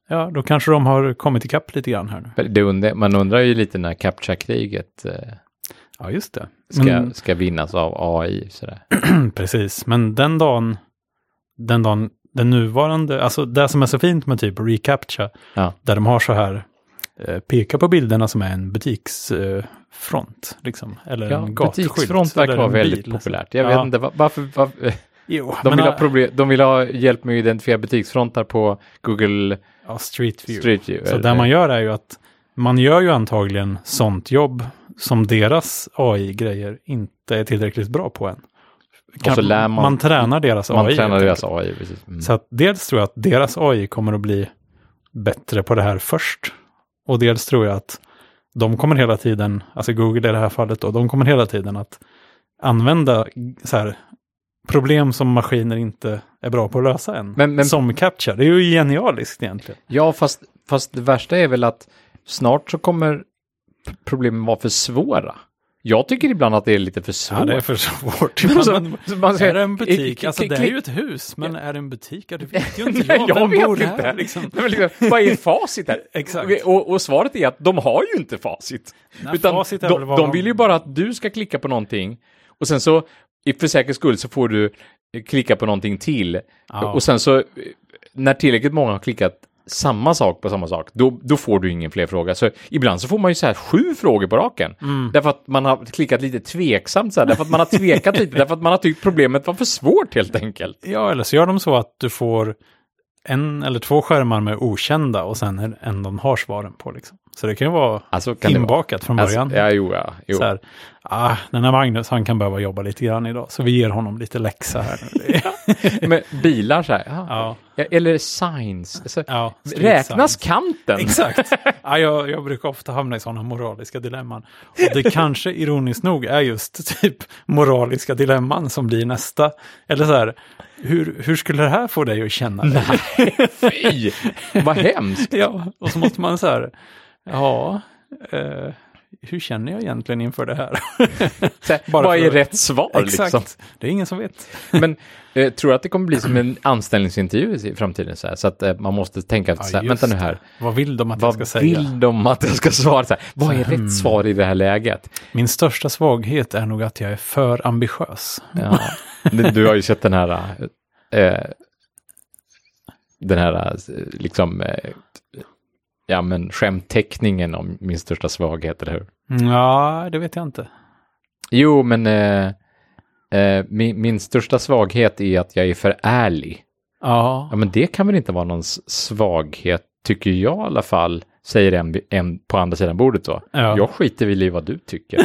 Ja, då kanske de har kommit ikapp lite grann här nu.
Men Det undrar, man undrar ju lite när CAPTCHA-kriget eh,
Ja, just det.
ska,
Men, mm,
ska vinnas av AI. Sådär.
precis, men den dagen, den dagen, den nuvarande, alltså det som är så fint med typ recaptcha,
Ja.
där de har så här, eh, peka på bilderna som är en butiksfront, eh, front, liksom, eller
Ja,
en gatskylt.
butiksfront
eller
verkar vara
en
väldigt
bil. liksom.
populärt. Jag
Ja.
vet inte va- varför. varför
Jo,
de,
men,
vill ha
äh,
problem, de vill ha hjälp med att identifiera butiksfrontar på Google
ja, Street View.
Street View. Eh,
Så
eller-
det man gör är ju att man gör ju antagligen sånt jobb som deras AI-grejer inte är tillräckligt bra på än.
Och så lär man-
man tränar deras
man
AI.
tränar
helt
deras AI. Precis. Mm.
Så att dels tror jag att deras AI kommer att bli bättre på det här först. Och dels tror jag att de kommer hela tiden, alltså Google i det här fallet då, de kommer hela tiden att använda så här, problem som maskiner inte är bra på att lösa än.
Men- men-
som Captcha, det är ju genialiskt egentligen.
Ja, fast, fast det värsta är väl att snart så kommer p- problemen vara för svåra. Jag tycker ibland att det är lite för svårt.
Ja, det är för svårt.
Alltså,
Men-
så man säger-
är det en butik?
i-
Alltså
i-
det är ju ett hus, men är det en butik? Ja, det vet ju inte
Nej,
jag.
jag
Vem
vet
bor
inte.
här liksom?
Nej, men liksom, vad är facit här?
Exakt.
Och, och svaret är att de har ju inte facit.
Nej,
Utan
facit är väl
de,
vad
de
de-
vill ju bara att du ska klicka på någonting och sen så i- för säkerhets skull så får du eh, klicka på någonting till.
Ja.
Och sen så eh, när tillräckligt många har klickat samma sak på samma sak, då, då får du ingen fler fråga. Så ibland så får man ju så här sju frågor på raken.
Mm.
Därför att man har klickat lite tveksamt så här, därför att man har tvekat lite, därför att man har tyckt problemet var för svårt helt enkelt.
Ja, eller så gör de så att du får en eller två skärmar med okända och sen en- en de har svaren på. Liksom. Så det kan ju vara
Alltså, kan det vara?
inbakat från
Alltså,
början.
ja, jo, ja, jo.
Så här, ah, den här Magnus, han kan behöva jobba lite grann idag, så vi ger honom lite läxa här. nu.
Med bilar så här. Ja. Eller signs. Alltså,
Ja, street
räknas
signs.
kanten?
Exakt. Ja, jag, jag brukar ofta hamna i sådana moraliska dilemman. Och det kanske ironiskt nog är just typ moraliska dilemman som blir nästa. Eller så här, hur, hur skulle det här få dig att känna? dig?
Fy! Vad hemskt.
Ja, och så måste man så här, ja, eh, hur känner jag egentligen inför det här?
Så här,
Bara
vad
för-
är rätt svar
Exakt,
liksom?
det är ingen som vet.
Men eh, tror du att det kommer bli som en anställningsintervju i framtiden? Så, här, så att eh, man måste tänka, så här,
just
vänta nu här.
Vad vill de att jag ska
Vad
säga? hmm.
vill de att jag ska svara? Så här, vad är rätt svar i det här läget?
Min största svaghet är nog att jag är för ambitiös.
Ja. Du, du har ju sett den här, eh, den här eh, liksom, eh, ja men skämtteckningen om min största svaghet, eller hur?
Ja, det vet jag inte.
Jo, men eh, eh, min, min största svaghet är att jag är för ärlig.
Ja,
Ja, men det kan väl inte vara någon s- svaghet, tycker jag i alla fall, säger en, en på andra sidan bordet då.
Ja.
Jag skiter väl i vad du tycker.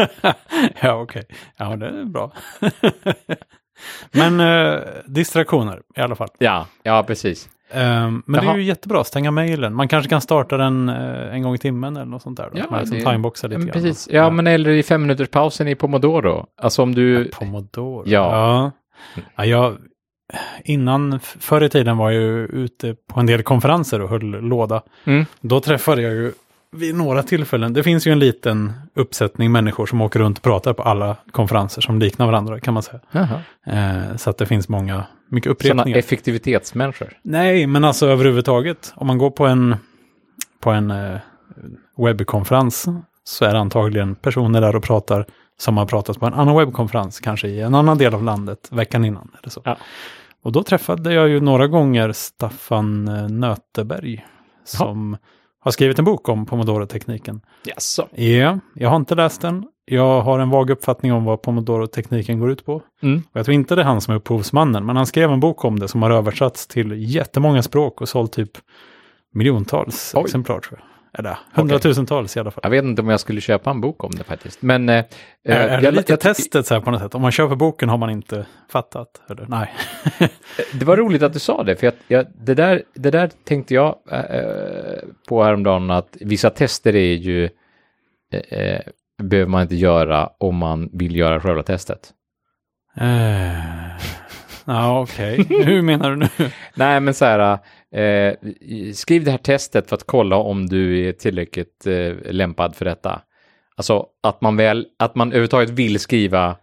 ja okej. Ja, det är bra. Men eh, distraktioner i alla fall.
ja, ja, precis.
Eh, men det är
Jaha.
ju jättebra, stänga mejlen. Man kanske kan starta den eh, en gång i timmen eller något sånt där. Då.
Ja,
Man liksom
det- Ja,
timeboxar lite
men
grann.
precis. Ja, men eller i fem minuters pausen i Pomodoro. Alltså om du...
Pomodoro.
Ja.
ja. Ja, jag, innan, förr i tiden var jag ju ute på en del konferenser och höll låda.
Mm.
Då träffade jag ju vid några tillfällen, det finns ju en liten uppsättning människor som åker runt och pratar på alla konferenser som liknar varandra kan man säga.
Jaha.
Eh, så att det finns många, mycket
Sådana
upprepningar.
effektivitetsmänniskor.
Nej, men alltså överhuvudtaget. Om man går på en, på en eh, webbkonferens så är det antagligen personer där och pratar som har pratat på en annan webbkonferens, kanske i en annan del av landet veckan innan. Eller så.
Ja.
Och då träffade jag ju några gånger Staffan eh, Nöteberg som har skrivit en bok om Pomodoro-tekniken.
Jaså?
Ja, jag har inte läst den. Jag har en vag uppfattning om vad Pomodoro-tekniken går ut på.
Mm.
Och jag tror inte det är han som är upphovsmannen, men han skrev en bok om det som har översatts till jättemånga språk och sålt typ miljontals
Oj.
exemplar tror jag. Eller hundratusentals i alla fall.
Jag vet inte om jag skulle köpa en bok om det faktiskt. Men... Eh,
Är, är
jag-
det lite
jag-
testet så här på något sätt? Om man köper boken har man inte fattat? Eller? Nej.
Det var roligt att du sa det, för jag, jag, det, där, det där tänkte jag eh, eh, på häromdagen att vissa tester är ju, eh, eh, behöver man inte göra om man vill göra själva testet.
Eh, Ja, okej. Hur menar du nu?
Nej, men så här, eh, skriv det här testet för att kolla om du är tillräckligt eh, lämpad för detta. Alltså att man väl, att man överhuvudtaget vill skriva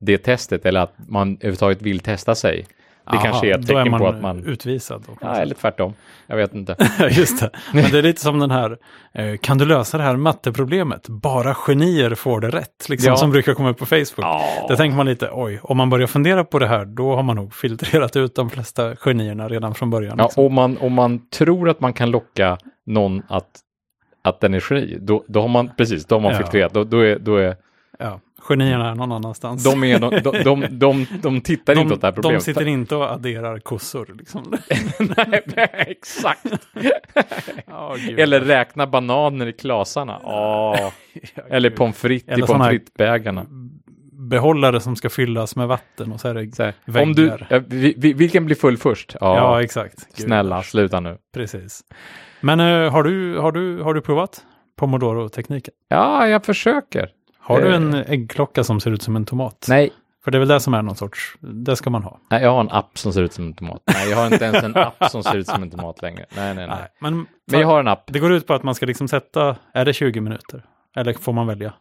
det testet eller att man överhuvudtaget vill testa sig. Det kanske är ett
Då
tecken
är man
på att man,
utvisad. då.
ja, eller tvärtom, jag vet inte.
Ja, just det. Men det är lite som den här, eh, kan du lösa det här matteproblemet? Bara genier får det rätt, liksom,
Ja.
som brukar komma upp på Facebook.
Ja.
Där tänker man lite, oj, om man börjar fundera på det här, då har man nog filtrerat ut de flesta genierna redan från början.
Ja,
liksom.
om man, om man tror att man kan locka någon att, att den är geni, då, då har man, precis, då har man
Ja.
filtrerat. Då, då är, då är,
ja. Genierna är någon annanstans.
de, är, de, de, de, de, de tittar inte åt det här
de
problemet.
sitter inte och adderar kossor. Liksom.
Nej, men exakt.
Ja, gud. alltså.
Eller räkna bananer i klasarna. Ja.
Ja,
Eller
gud.
pommes frites i
Eller såna
pommes
här-
frites-bägarna.
Behållare som ska fyllas med vatten och så är det
Så här, Om
väggar.
du, ja, vi, vi, vilken blir full först? Ja,
Ja, exakt. Gud,
snälla, sluta nu.
Precis. Men eh, har, du, har, du, har du provat Pomodoro-tekniken?
Ja, jag försöker.
Har du
Eh.
en äggklocka som ser ut som en tomat?
Nej,
För det är väl det som är någon sorts, det ska man ha.
nej, jag har en app som ser ut som en tomat. Nej, jag har inte ens en app som ser ut som en tomat längre. Nej, nej, nej.
Men,
Men jag har en app.
Det går ut på att man ska liksom sätta, är det 20 minuter? Eller får man välja?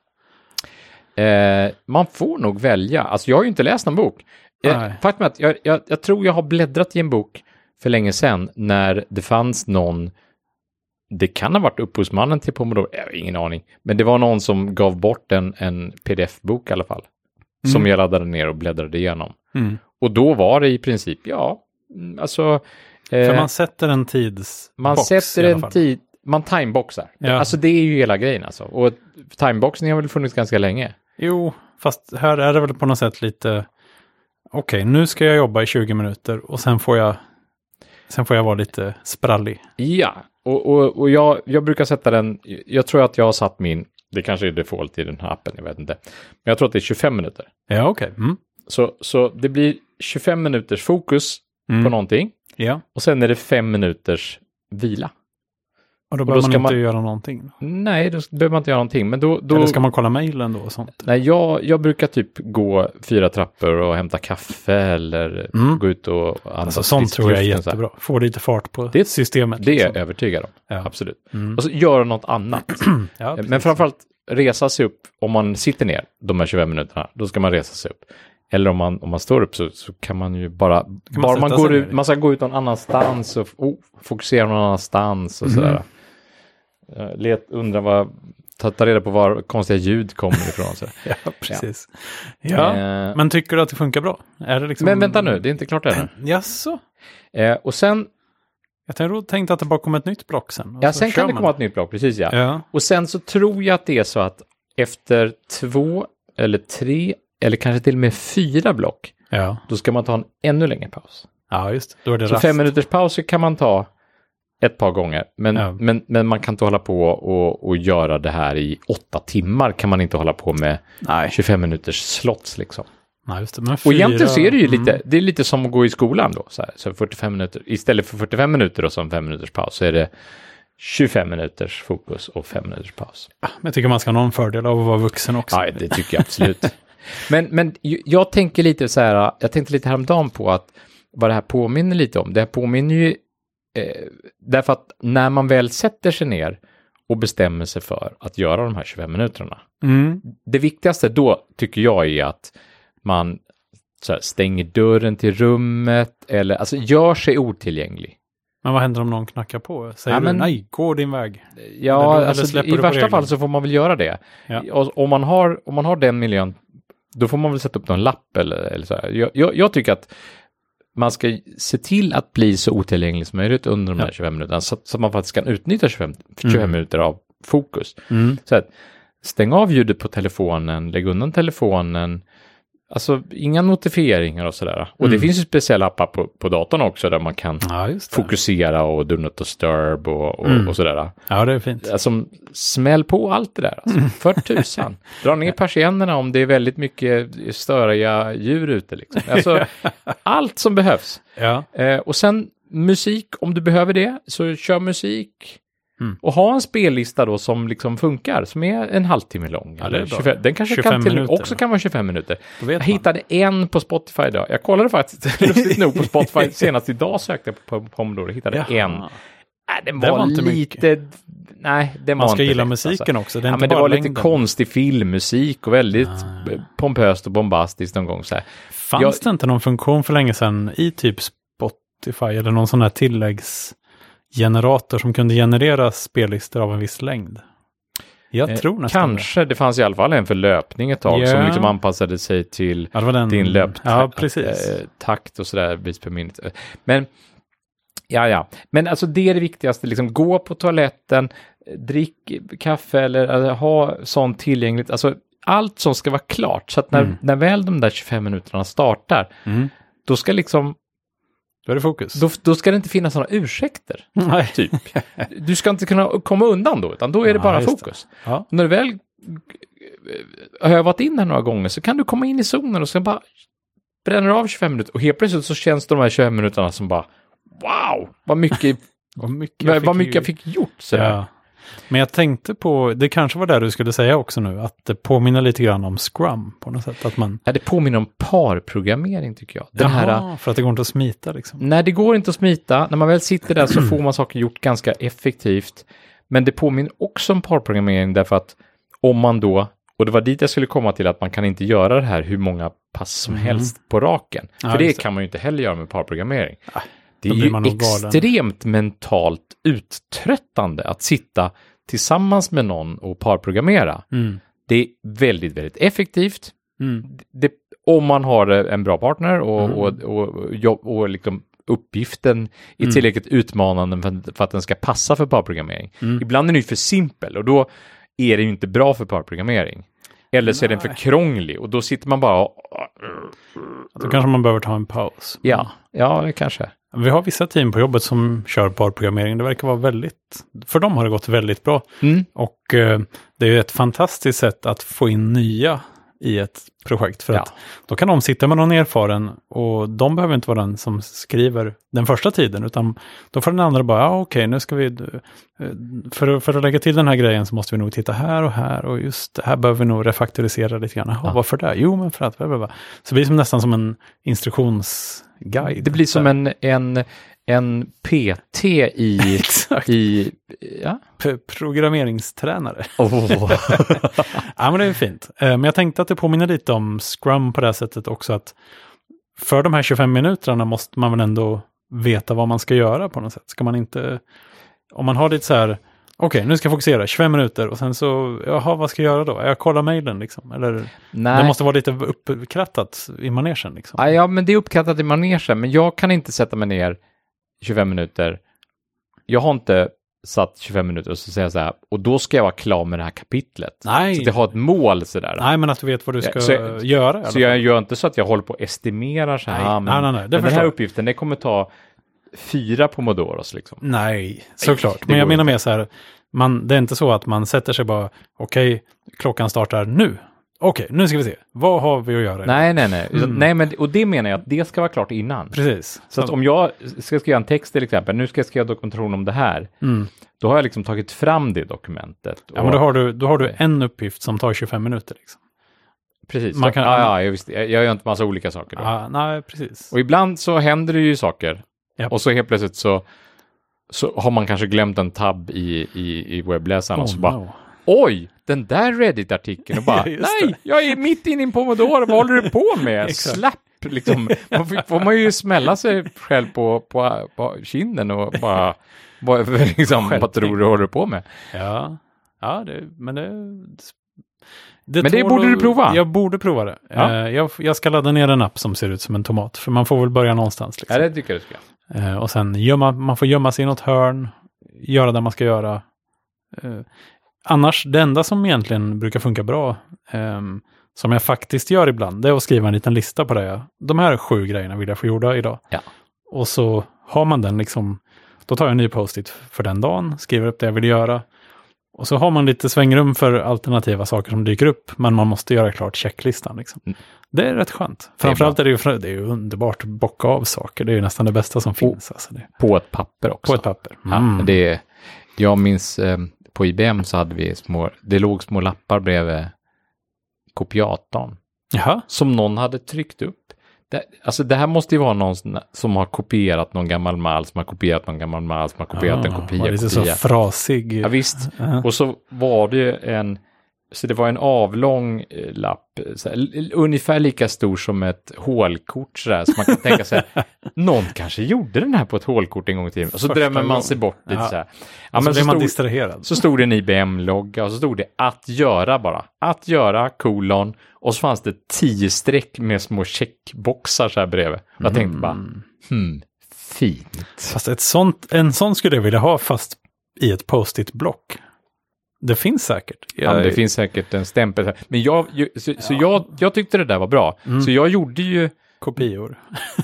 Eh, man får nog välja. Alltså jag har ju inte läst någon bok. Eh,
Nej.
faktum är att jag, jag, jag tror jag har bläddrat i en bok för länge sedan när det fanns någon, det kan ha varit upphovsmannen till Pomodoro, jag har ingen aning, men det var någon som gav bort en, en pdf-bok i alla fall. Som jag laddade ner och bläddrade igenom.
Mm.
Och då var det i princip, ja, mm, alltså... eh,
För man sätter en tids
man
box i
sätter
alla
en
fall.
tid, man timeboxar.
Ja.
Alltså det är ju hela grejen alltså. Och timeboxning har väl funnits ganska länge.
Jo, fast här är det väl på något sätt lite... Okej, nu ska jag jobba i 20 minuter och sen får jag, sen får jag vara lite sprallig.
Ja, och, och, och jag, jag brukar sätta den, jag tror att jag har satt min, det kanske är default i den här appen, jag vet inte. Men jag tror att det är 25 minuter.
Ja, okej. Mm.
Så, så det blir 25 minuters fokus på
Mm.
någonting
Ja.
och sen är det 5 minuters vila.
Och då
då
behöver man
ska
inte
man-
göra någonting.
Nej, då behöver man inte göra någonting. Men då, då,
Eller ska man kolla mejlen då och sånt?
Nej, jag, jag brukar typ gå fyra trappor och hämta kaffe eller
Mm.
gå ut och andas
Alltså, sånt
frisk
tror jag är
luft och så här.
jättebra. Få lite fart på
Det-
systemet.
Det är jag
liksom.
övertygad om,
Ja.
absolut.
Mm.
Och så göra något annat.
Ja, precis.
Men framförallt resa sig upp, om man sitter ner de här 25 minuterna, då ska man resa sig upp. Eller om man, om man står upp så, så kan man ju bara, bara man,
sätta
går
sig
ut,
ner?
man ska gå ut någon annanstans och oh, fokusera någon annanstans och sådär.
Mm-hmm.
Eh, Let, undra vad, ta, ta reda på var konstiga ljud kommer ifrån. och sådär.
ja, precis. Ja.
Eh,
Men tycker du att det funkar bra? Är det liksom...
Men vänta nu, det är inte klart ännu.
Jaså?
Eh, och sen,
Jag tänkte- tänkte att det bara kommer ett nytt block sen. och
ja,
så
sen
Alltså, kör
kan det
man
komma ett nytt block, precis ja.
Ja.
Och sen så tror jag att det är så att efter två eller tre eller kanske till och med fyra block,
Ja.
då ska man ta en ännu längre paus.
ja, just det. Då är det
Så
rast.
fem minuters paus kan man ta ett par gånger, men,
Ja.
men, men man kan inte hålla på och, och göra det här i åtta timmar, kan man inte hålla på med
Nej.
25 minuters slots liksom.
Nej, just det. Men
Och
fyra...
egentligen så är det ju lite,
Mm.
det är lite som att gå i skolan då, så, här, så 45 minuter, istället för 45 minuter och som fem minuters paus så är det 25 minuters fokus och fem minuters paus.
Men jag tycker man ska ha någon fördel av att vara vuxen också.
Ja, det tycker jag absolut. men, men ju- jag tänker lite så här, jag tänkte lite häromdagen på att vad det här påminner lite om. Det här påminner ju, eh, därför att när man väl sätter sig ner och bestämmer sig för att göra de här 25 minuterna,
Mm.
det viktigaste då tycker jag är att man så här, stänger dörren till rummet eller alltså gör sig otillgänglig.
Men vad händer om någon knackar på? Säger
Ja, men-
du nej, gå din väg?
Ja,
Eller- eller
alltså,
släpper
i
du på
värsta
reglerna?
fall så får man väl göra det.
Ja.
Och, om, man har, om man har den miljön, då får man väl sätta upp någon lapp eller, eller så. Här. Jag, jag, jag tycker att man ska se till att bli så otillgänglig som möjligt under de här 25 minuterna, så, att- så att man faktiskt kan utnyttja 25, 25
Mm.
minuter av fokus.
Mm.
Så att, stäng av ljudet på telefonen, lägg undan telefonen, alltså inga notifieringar och sådär. Och det finns ju speciella appar på, på datorn också där man kan
Mm. Ja, Mm. just det.
fokusera och do not disturb och, och, och sådär.
Ja, det är fint.
Alltså, smäll på allt det där.
Mm.
Alltså. För tusan. Dra ner persiennerna om det är väldigt mycket störiga djur ute. Liksom. Alltså, allt som behövs.
Ja.
Eh, och sen musik, om du behöver det, så kör musik.
Mm.
Och ha en spellista då som liksom funkar, som är en halvtimme lång.
det är
eller
bra.
25, den kanske
25
kan till,
minuter,
också
va?
kan vara 25 minuter.
Då vet
Jag
man.
hittade en på Spotify idag. Jag kollade faktiskt, lustigt nog, på Spotify senast idag sökte jag på Pomodoro och hittade
Jaha.
en. Nej, den var,
Det var inte
lite... Nej, det var
Man ska
inte
gilla
lätt, Alltså.
musiken också. Det är
Ja,
inte
men det
bara
var
längden. Ah,
lite konstig filmmusik och väldigt b- pompöst och bombastiskt någon gång. Så här.
Fanns
Jag-
det inte någon funktion för länge sedan i typ Spotify eller någon sån här tilläggsgenerator som kunde generera spellistor av en viss längd? Jag
Eh,
tror nästan det.
Kanske, det fanns i alla fall en för löpning ett tag som
Ja.
liksom anpassade sig till
Ja, det var den.
din löptakt
Ja, precis.
eh, takt och sådär vis per minut. Men, ja, ja. Men alltså det är det viktigaste, liksom gå på toaletten, eh, drick kaffe eller alltså, ha sånt tillgängligt. Alltså allt som ska vara klart, så att när, när väl de där 25 minuterna startar,
Mm.
då ska liksom,
Då är det fokus.
då, då ska det inte finnas några ursäkter.
Nej.
Typ. Du ska inte kunna komma undan då, utan då är det
Ja,
bara
just det.
fokus.
Ja.
När du väl eh, har övat in det här några gånger så kan du komma in i zonen och så bara bränner du av 25 minuter och helt plötsligt så känns de här 25 minuterna som bara wow, vad mycket,
Vad mycket
vad, vad mycket jag fick gjort. sådär.
Ja. Men jag tänkte på, det kanske var det du skulle säga också nu, att det påminner lite grann om Scrum på något sätt. Att man,
Ja, det påminner om parprogrammering tycker jag. Den här, äh, Mm.
Jaha, för att det går inte att smita liksom.
när det går inte att smita, när man väl sitter där så får man saker gjort ganska effektivt. Men det påminner också om parprogrammering därför att om man då, Och det var dit jag skulle komma till att man kan inte göra det här hur många pass som
Mhm.
helst på raken.
Ja,
För det
just det. Ah,
kan man ju inte heller göra med parprogrammering. det är
då blir man
ju
nog galen.
extremt mentalt uttröttande att sitta tillsammans med någon och parprogrammera.
Mm.
Det är väldigt, väldigt effektivt.
Mm.
Det, om man har eh, en bra partner och,
Mm.
och, och, jobb, och liksom uppgiften är
Mm.
tillräckligt utmanande för, för att den ska passa för parprogrammering.
Mm.
Ibland är den ju för simpel och då är det ju inte bra för parprogrammering. Eller så är den för
Nej.
krånglig och då sitter man bara och,
Då kanske man behöver ta en paus.
ja, ja, det kanske.
Vi har vissa team på jobbet som kör parprogrammering. Det verkar vara väldigt... För dem har det gått väldigt bra.
Mm.
Och eh, det är ju ett fantastiskt sätt att få in nya i ett projekt. För
Ja.
att då kan de sitta med någon erfaren och de behöver inte vara den som skriver den första tiden. Utan då får den andra bara, ah, okej, nu ska vi... eh, För, att- för att lägga till den här grejen så måste vi nog titta här och här. Och just det här behöver vi nog refaktorisera lite grann. Jaha,
Ja.
varför det? Jo, men för att... bla, bla, bla." Så det blir som nästan som en instruktionsguide.
Det blir som en, en, en PT i...
Exakt.
i ja.
P- Programmeringstränare.
oh.
Ja, men det är fint. Eh, Men jag tänkte att det påminner lite om Scrum på det här sättet också. att För de här 25 minuterna måste man väl ändå veta vad man ska göra på något sätt. Ska man inte... Om man har lite så här, okej, nu ska jag fokusera 25 minuter och sen så, jaha, vad ska jag göra då? Jag kollar mejlen liksom. Eller det
Nej.
måste vara lite uppkrattat i manegen liksom.
Ja, ja, men det är uppkattat i manegen, men jag kan inte sätta mig ner 25 minuter. Jag har inte satt 25 minuter och så säger jag så här, och då ska jag vara klar med det här kapitlet.
Nej.
Så att jag har ett mål sådär.
Nej, men att du vet vad du
Ja,
ska
så jag-
göra. i alla
Så
fall.
jag gör inte så att jag håller på och estimerar så här.
Nej,
"Ah,
nej, nej, nej, det
men den
förstår
här
jag."
uppgiften, det kommer ta fyra pomodoros liksom.
Nej, såklart.
det
Men jag
går
menar mer så här, man, det är inte så att man sätter sig bara, okej, klockan startar nu. Okej, nu ska vi se, vad har vi att göra?
Nej, nej, nej. Utan- nej men, och det menar jag att det ska vara klart innan.
Mm. Precis.
Så att om jag ska skriva en text till exempel, nu ska jag skriva dokumentation om det här,
Mm.
då har jag liksom tagit fram det dokumentet.
Ja, men då har, du, då har du en uppgift som tar 25 minuter. Liksom.
Precis,
man
man
kan-
kan, ja, ja, visst, jag, jag gör inte massa olika saker då.
Ja, nej, precis.
Och ibland så händer det ju saker
Japp.
och så helt plötsligt så, så har man kanske glömt en tab i, i, i webbläsaren och så
Oh,
bara
no.
oj, den där Reddit-artikeln och bara
Ja, just
nej, jag är mitt inne i en pomodoro, vad håller du på med?
Exakt.
Slapp! Liksom. Man får, får man ju smälla sig själv på, på, på kinden och bara, bara liksom, vad tror du håller du på med?
Ja, ja det, men det...
Men det
tål
borde
att-
du prova.
Jag borde prova det.
Ja.
Eh, Jag, jag ska ladda ner en app som ser ut som en tomat, för man får väl börja någonstans. Liksom.
Ja, det tycker jag du ska.
Eh, och sen gömma, man får gömma sig i något hörn, göra det man ska göra. Eh, annars, det enda som egentligen brukar funka bra, ehm, som jag faktiskt gör ibland, det är att skriva en liten lista på det. jag- De här sju grejerna vill jag få gjorda idag.
Ja.
Och så har man den liksom, då tar jag en ny post-it för den dagen, skriver upp det jag vill göra. Och så har man lite svängrum för alternativa saker som dyker upp, men man måste göra klart checklistan. Liksom.
Mm.
Det är rätt skönt. Framförallt är det ju, fra- det är ju underbart att bocka av saker. Det är ju nästan det bästa som finns. Alltså det.
På ett papper också.
På ett papper.
Oh.
Mm.
Ja, det, jag minns eh, på IBM så hade vi små, det låg små lappar bredvid kopiatorn
Jaha.
som någon hade tryckt upp. Det, alltså det här måste ju vara någon sån- som har kopierat någon gammal mall, som har kopierat någon gammal mall, som har kopierat en
var
kopia,
Ah, lite så
kopia.
frasig.
Ja, visst.
Ja.
Och så var det ju en, så det var en avlång eh, lapp, eh, så här, l- l- ungefär lika stor som ett hålkort sådär, så man kan tänka sig, någon kanske gjorde den här på ett hålkort en gång i tiden, och så
Första
drömmer man
gången.
sig bort lite
Ja.
så här. Ja,
så
men
blir Alltså, man
stod-
distraherad.
så stod det en IBM-logga och så stod det att göra bara. Att göra, kolon. Och så fanns det tio streck med små checkboxar så här bredvid. Och jag tänkte bara,
Mm.
hmm, fint.
Fast ett sånt, en sån skulle jag vilja ha fast i ett post-it-block. Det finns säkert.
Ja,
Jag-
det finns säkert en stämpel här. Men jag, ju- så, så jag, jag tyckte det där var bra.
Mm.
Så jag gjorde ju,
Kopior.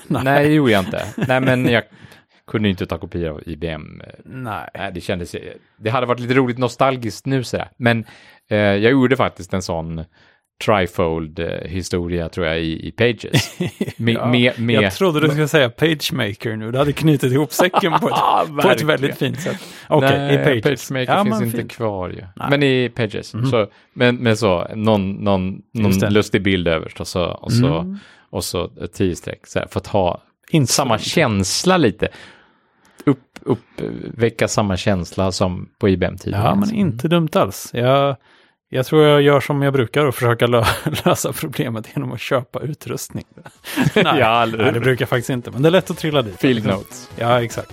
nej det gjorde jag inte. nej men jag kunde ju inte ta kopior av IBM. eh,
Nej.
Nej, det kändes, det hade varit lite roligt nostalgiskt nu sådär. Men eh, jag gjorde faktiskt en sån trifold-historia tror jag i, i Pages. Med,
Ja,
med, med,
Jag trodde du skulle säga PageMaker nu. Du hade knutit ihop säcken på ett, på ett
verkligen.
väldigt fint sätt. Okej, i
Nej,
Pages.
PageMaker
Ja,
finns
men
inte
fint.
kvar ju. Men i Pages. Så, men, men så, någon, någon,
Just det. Mm.
någon lustig bild överst och så, och så, och så ett tio streck. Så här, för att ha
Inte
samma känsla lite. Upp, upp, väcka samma känsla som på IBM-tiden.
Ja, men inte dumt alls. Jag, Jag tror jag gör som jag brukar och försöker lö- lösa problemet genom att köpa utrustning. nej,
Ja, eller
nej,
hur?
det brukar jag faktiskt inte, men det är lätt att trilla dit.
Field notes.
Ja, exakt.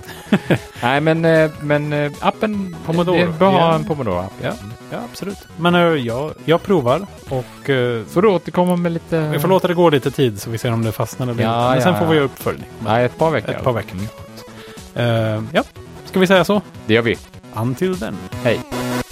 Nej, men, eh, men eh, appen...
Pomodoro.
Det är bra att ha
Ja.
en Pomodoro-app. Ja.
Ja, absolut. Men eh, jag, jag provar och eh,
Får du återkomma med lite...
vi får låta det gå lite tid så vi ser om det fastnar eller
Mm. Ja,
inte. Men sen
ja,
får
ja.
vi göra uppföljning.
Nej, ett par veckor.
Ett par veckor.
Mm.
Eh, ja, ska vi säga så?
Det gör vi.
Until then.
Hej.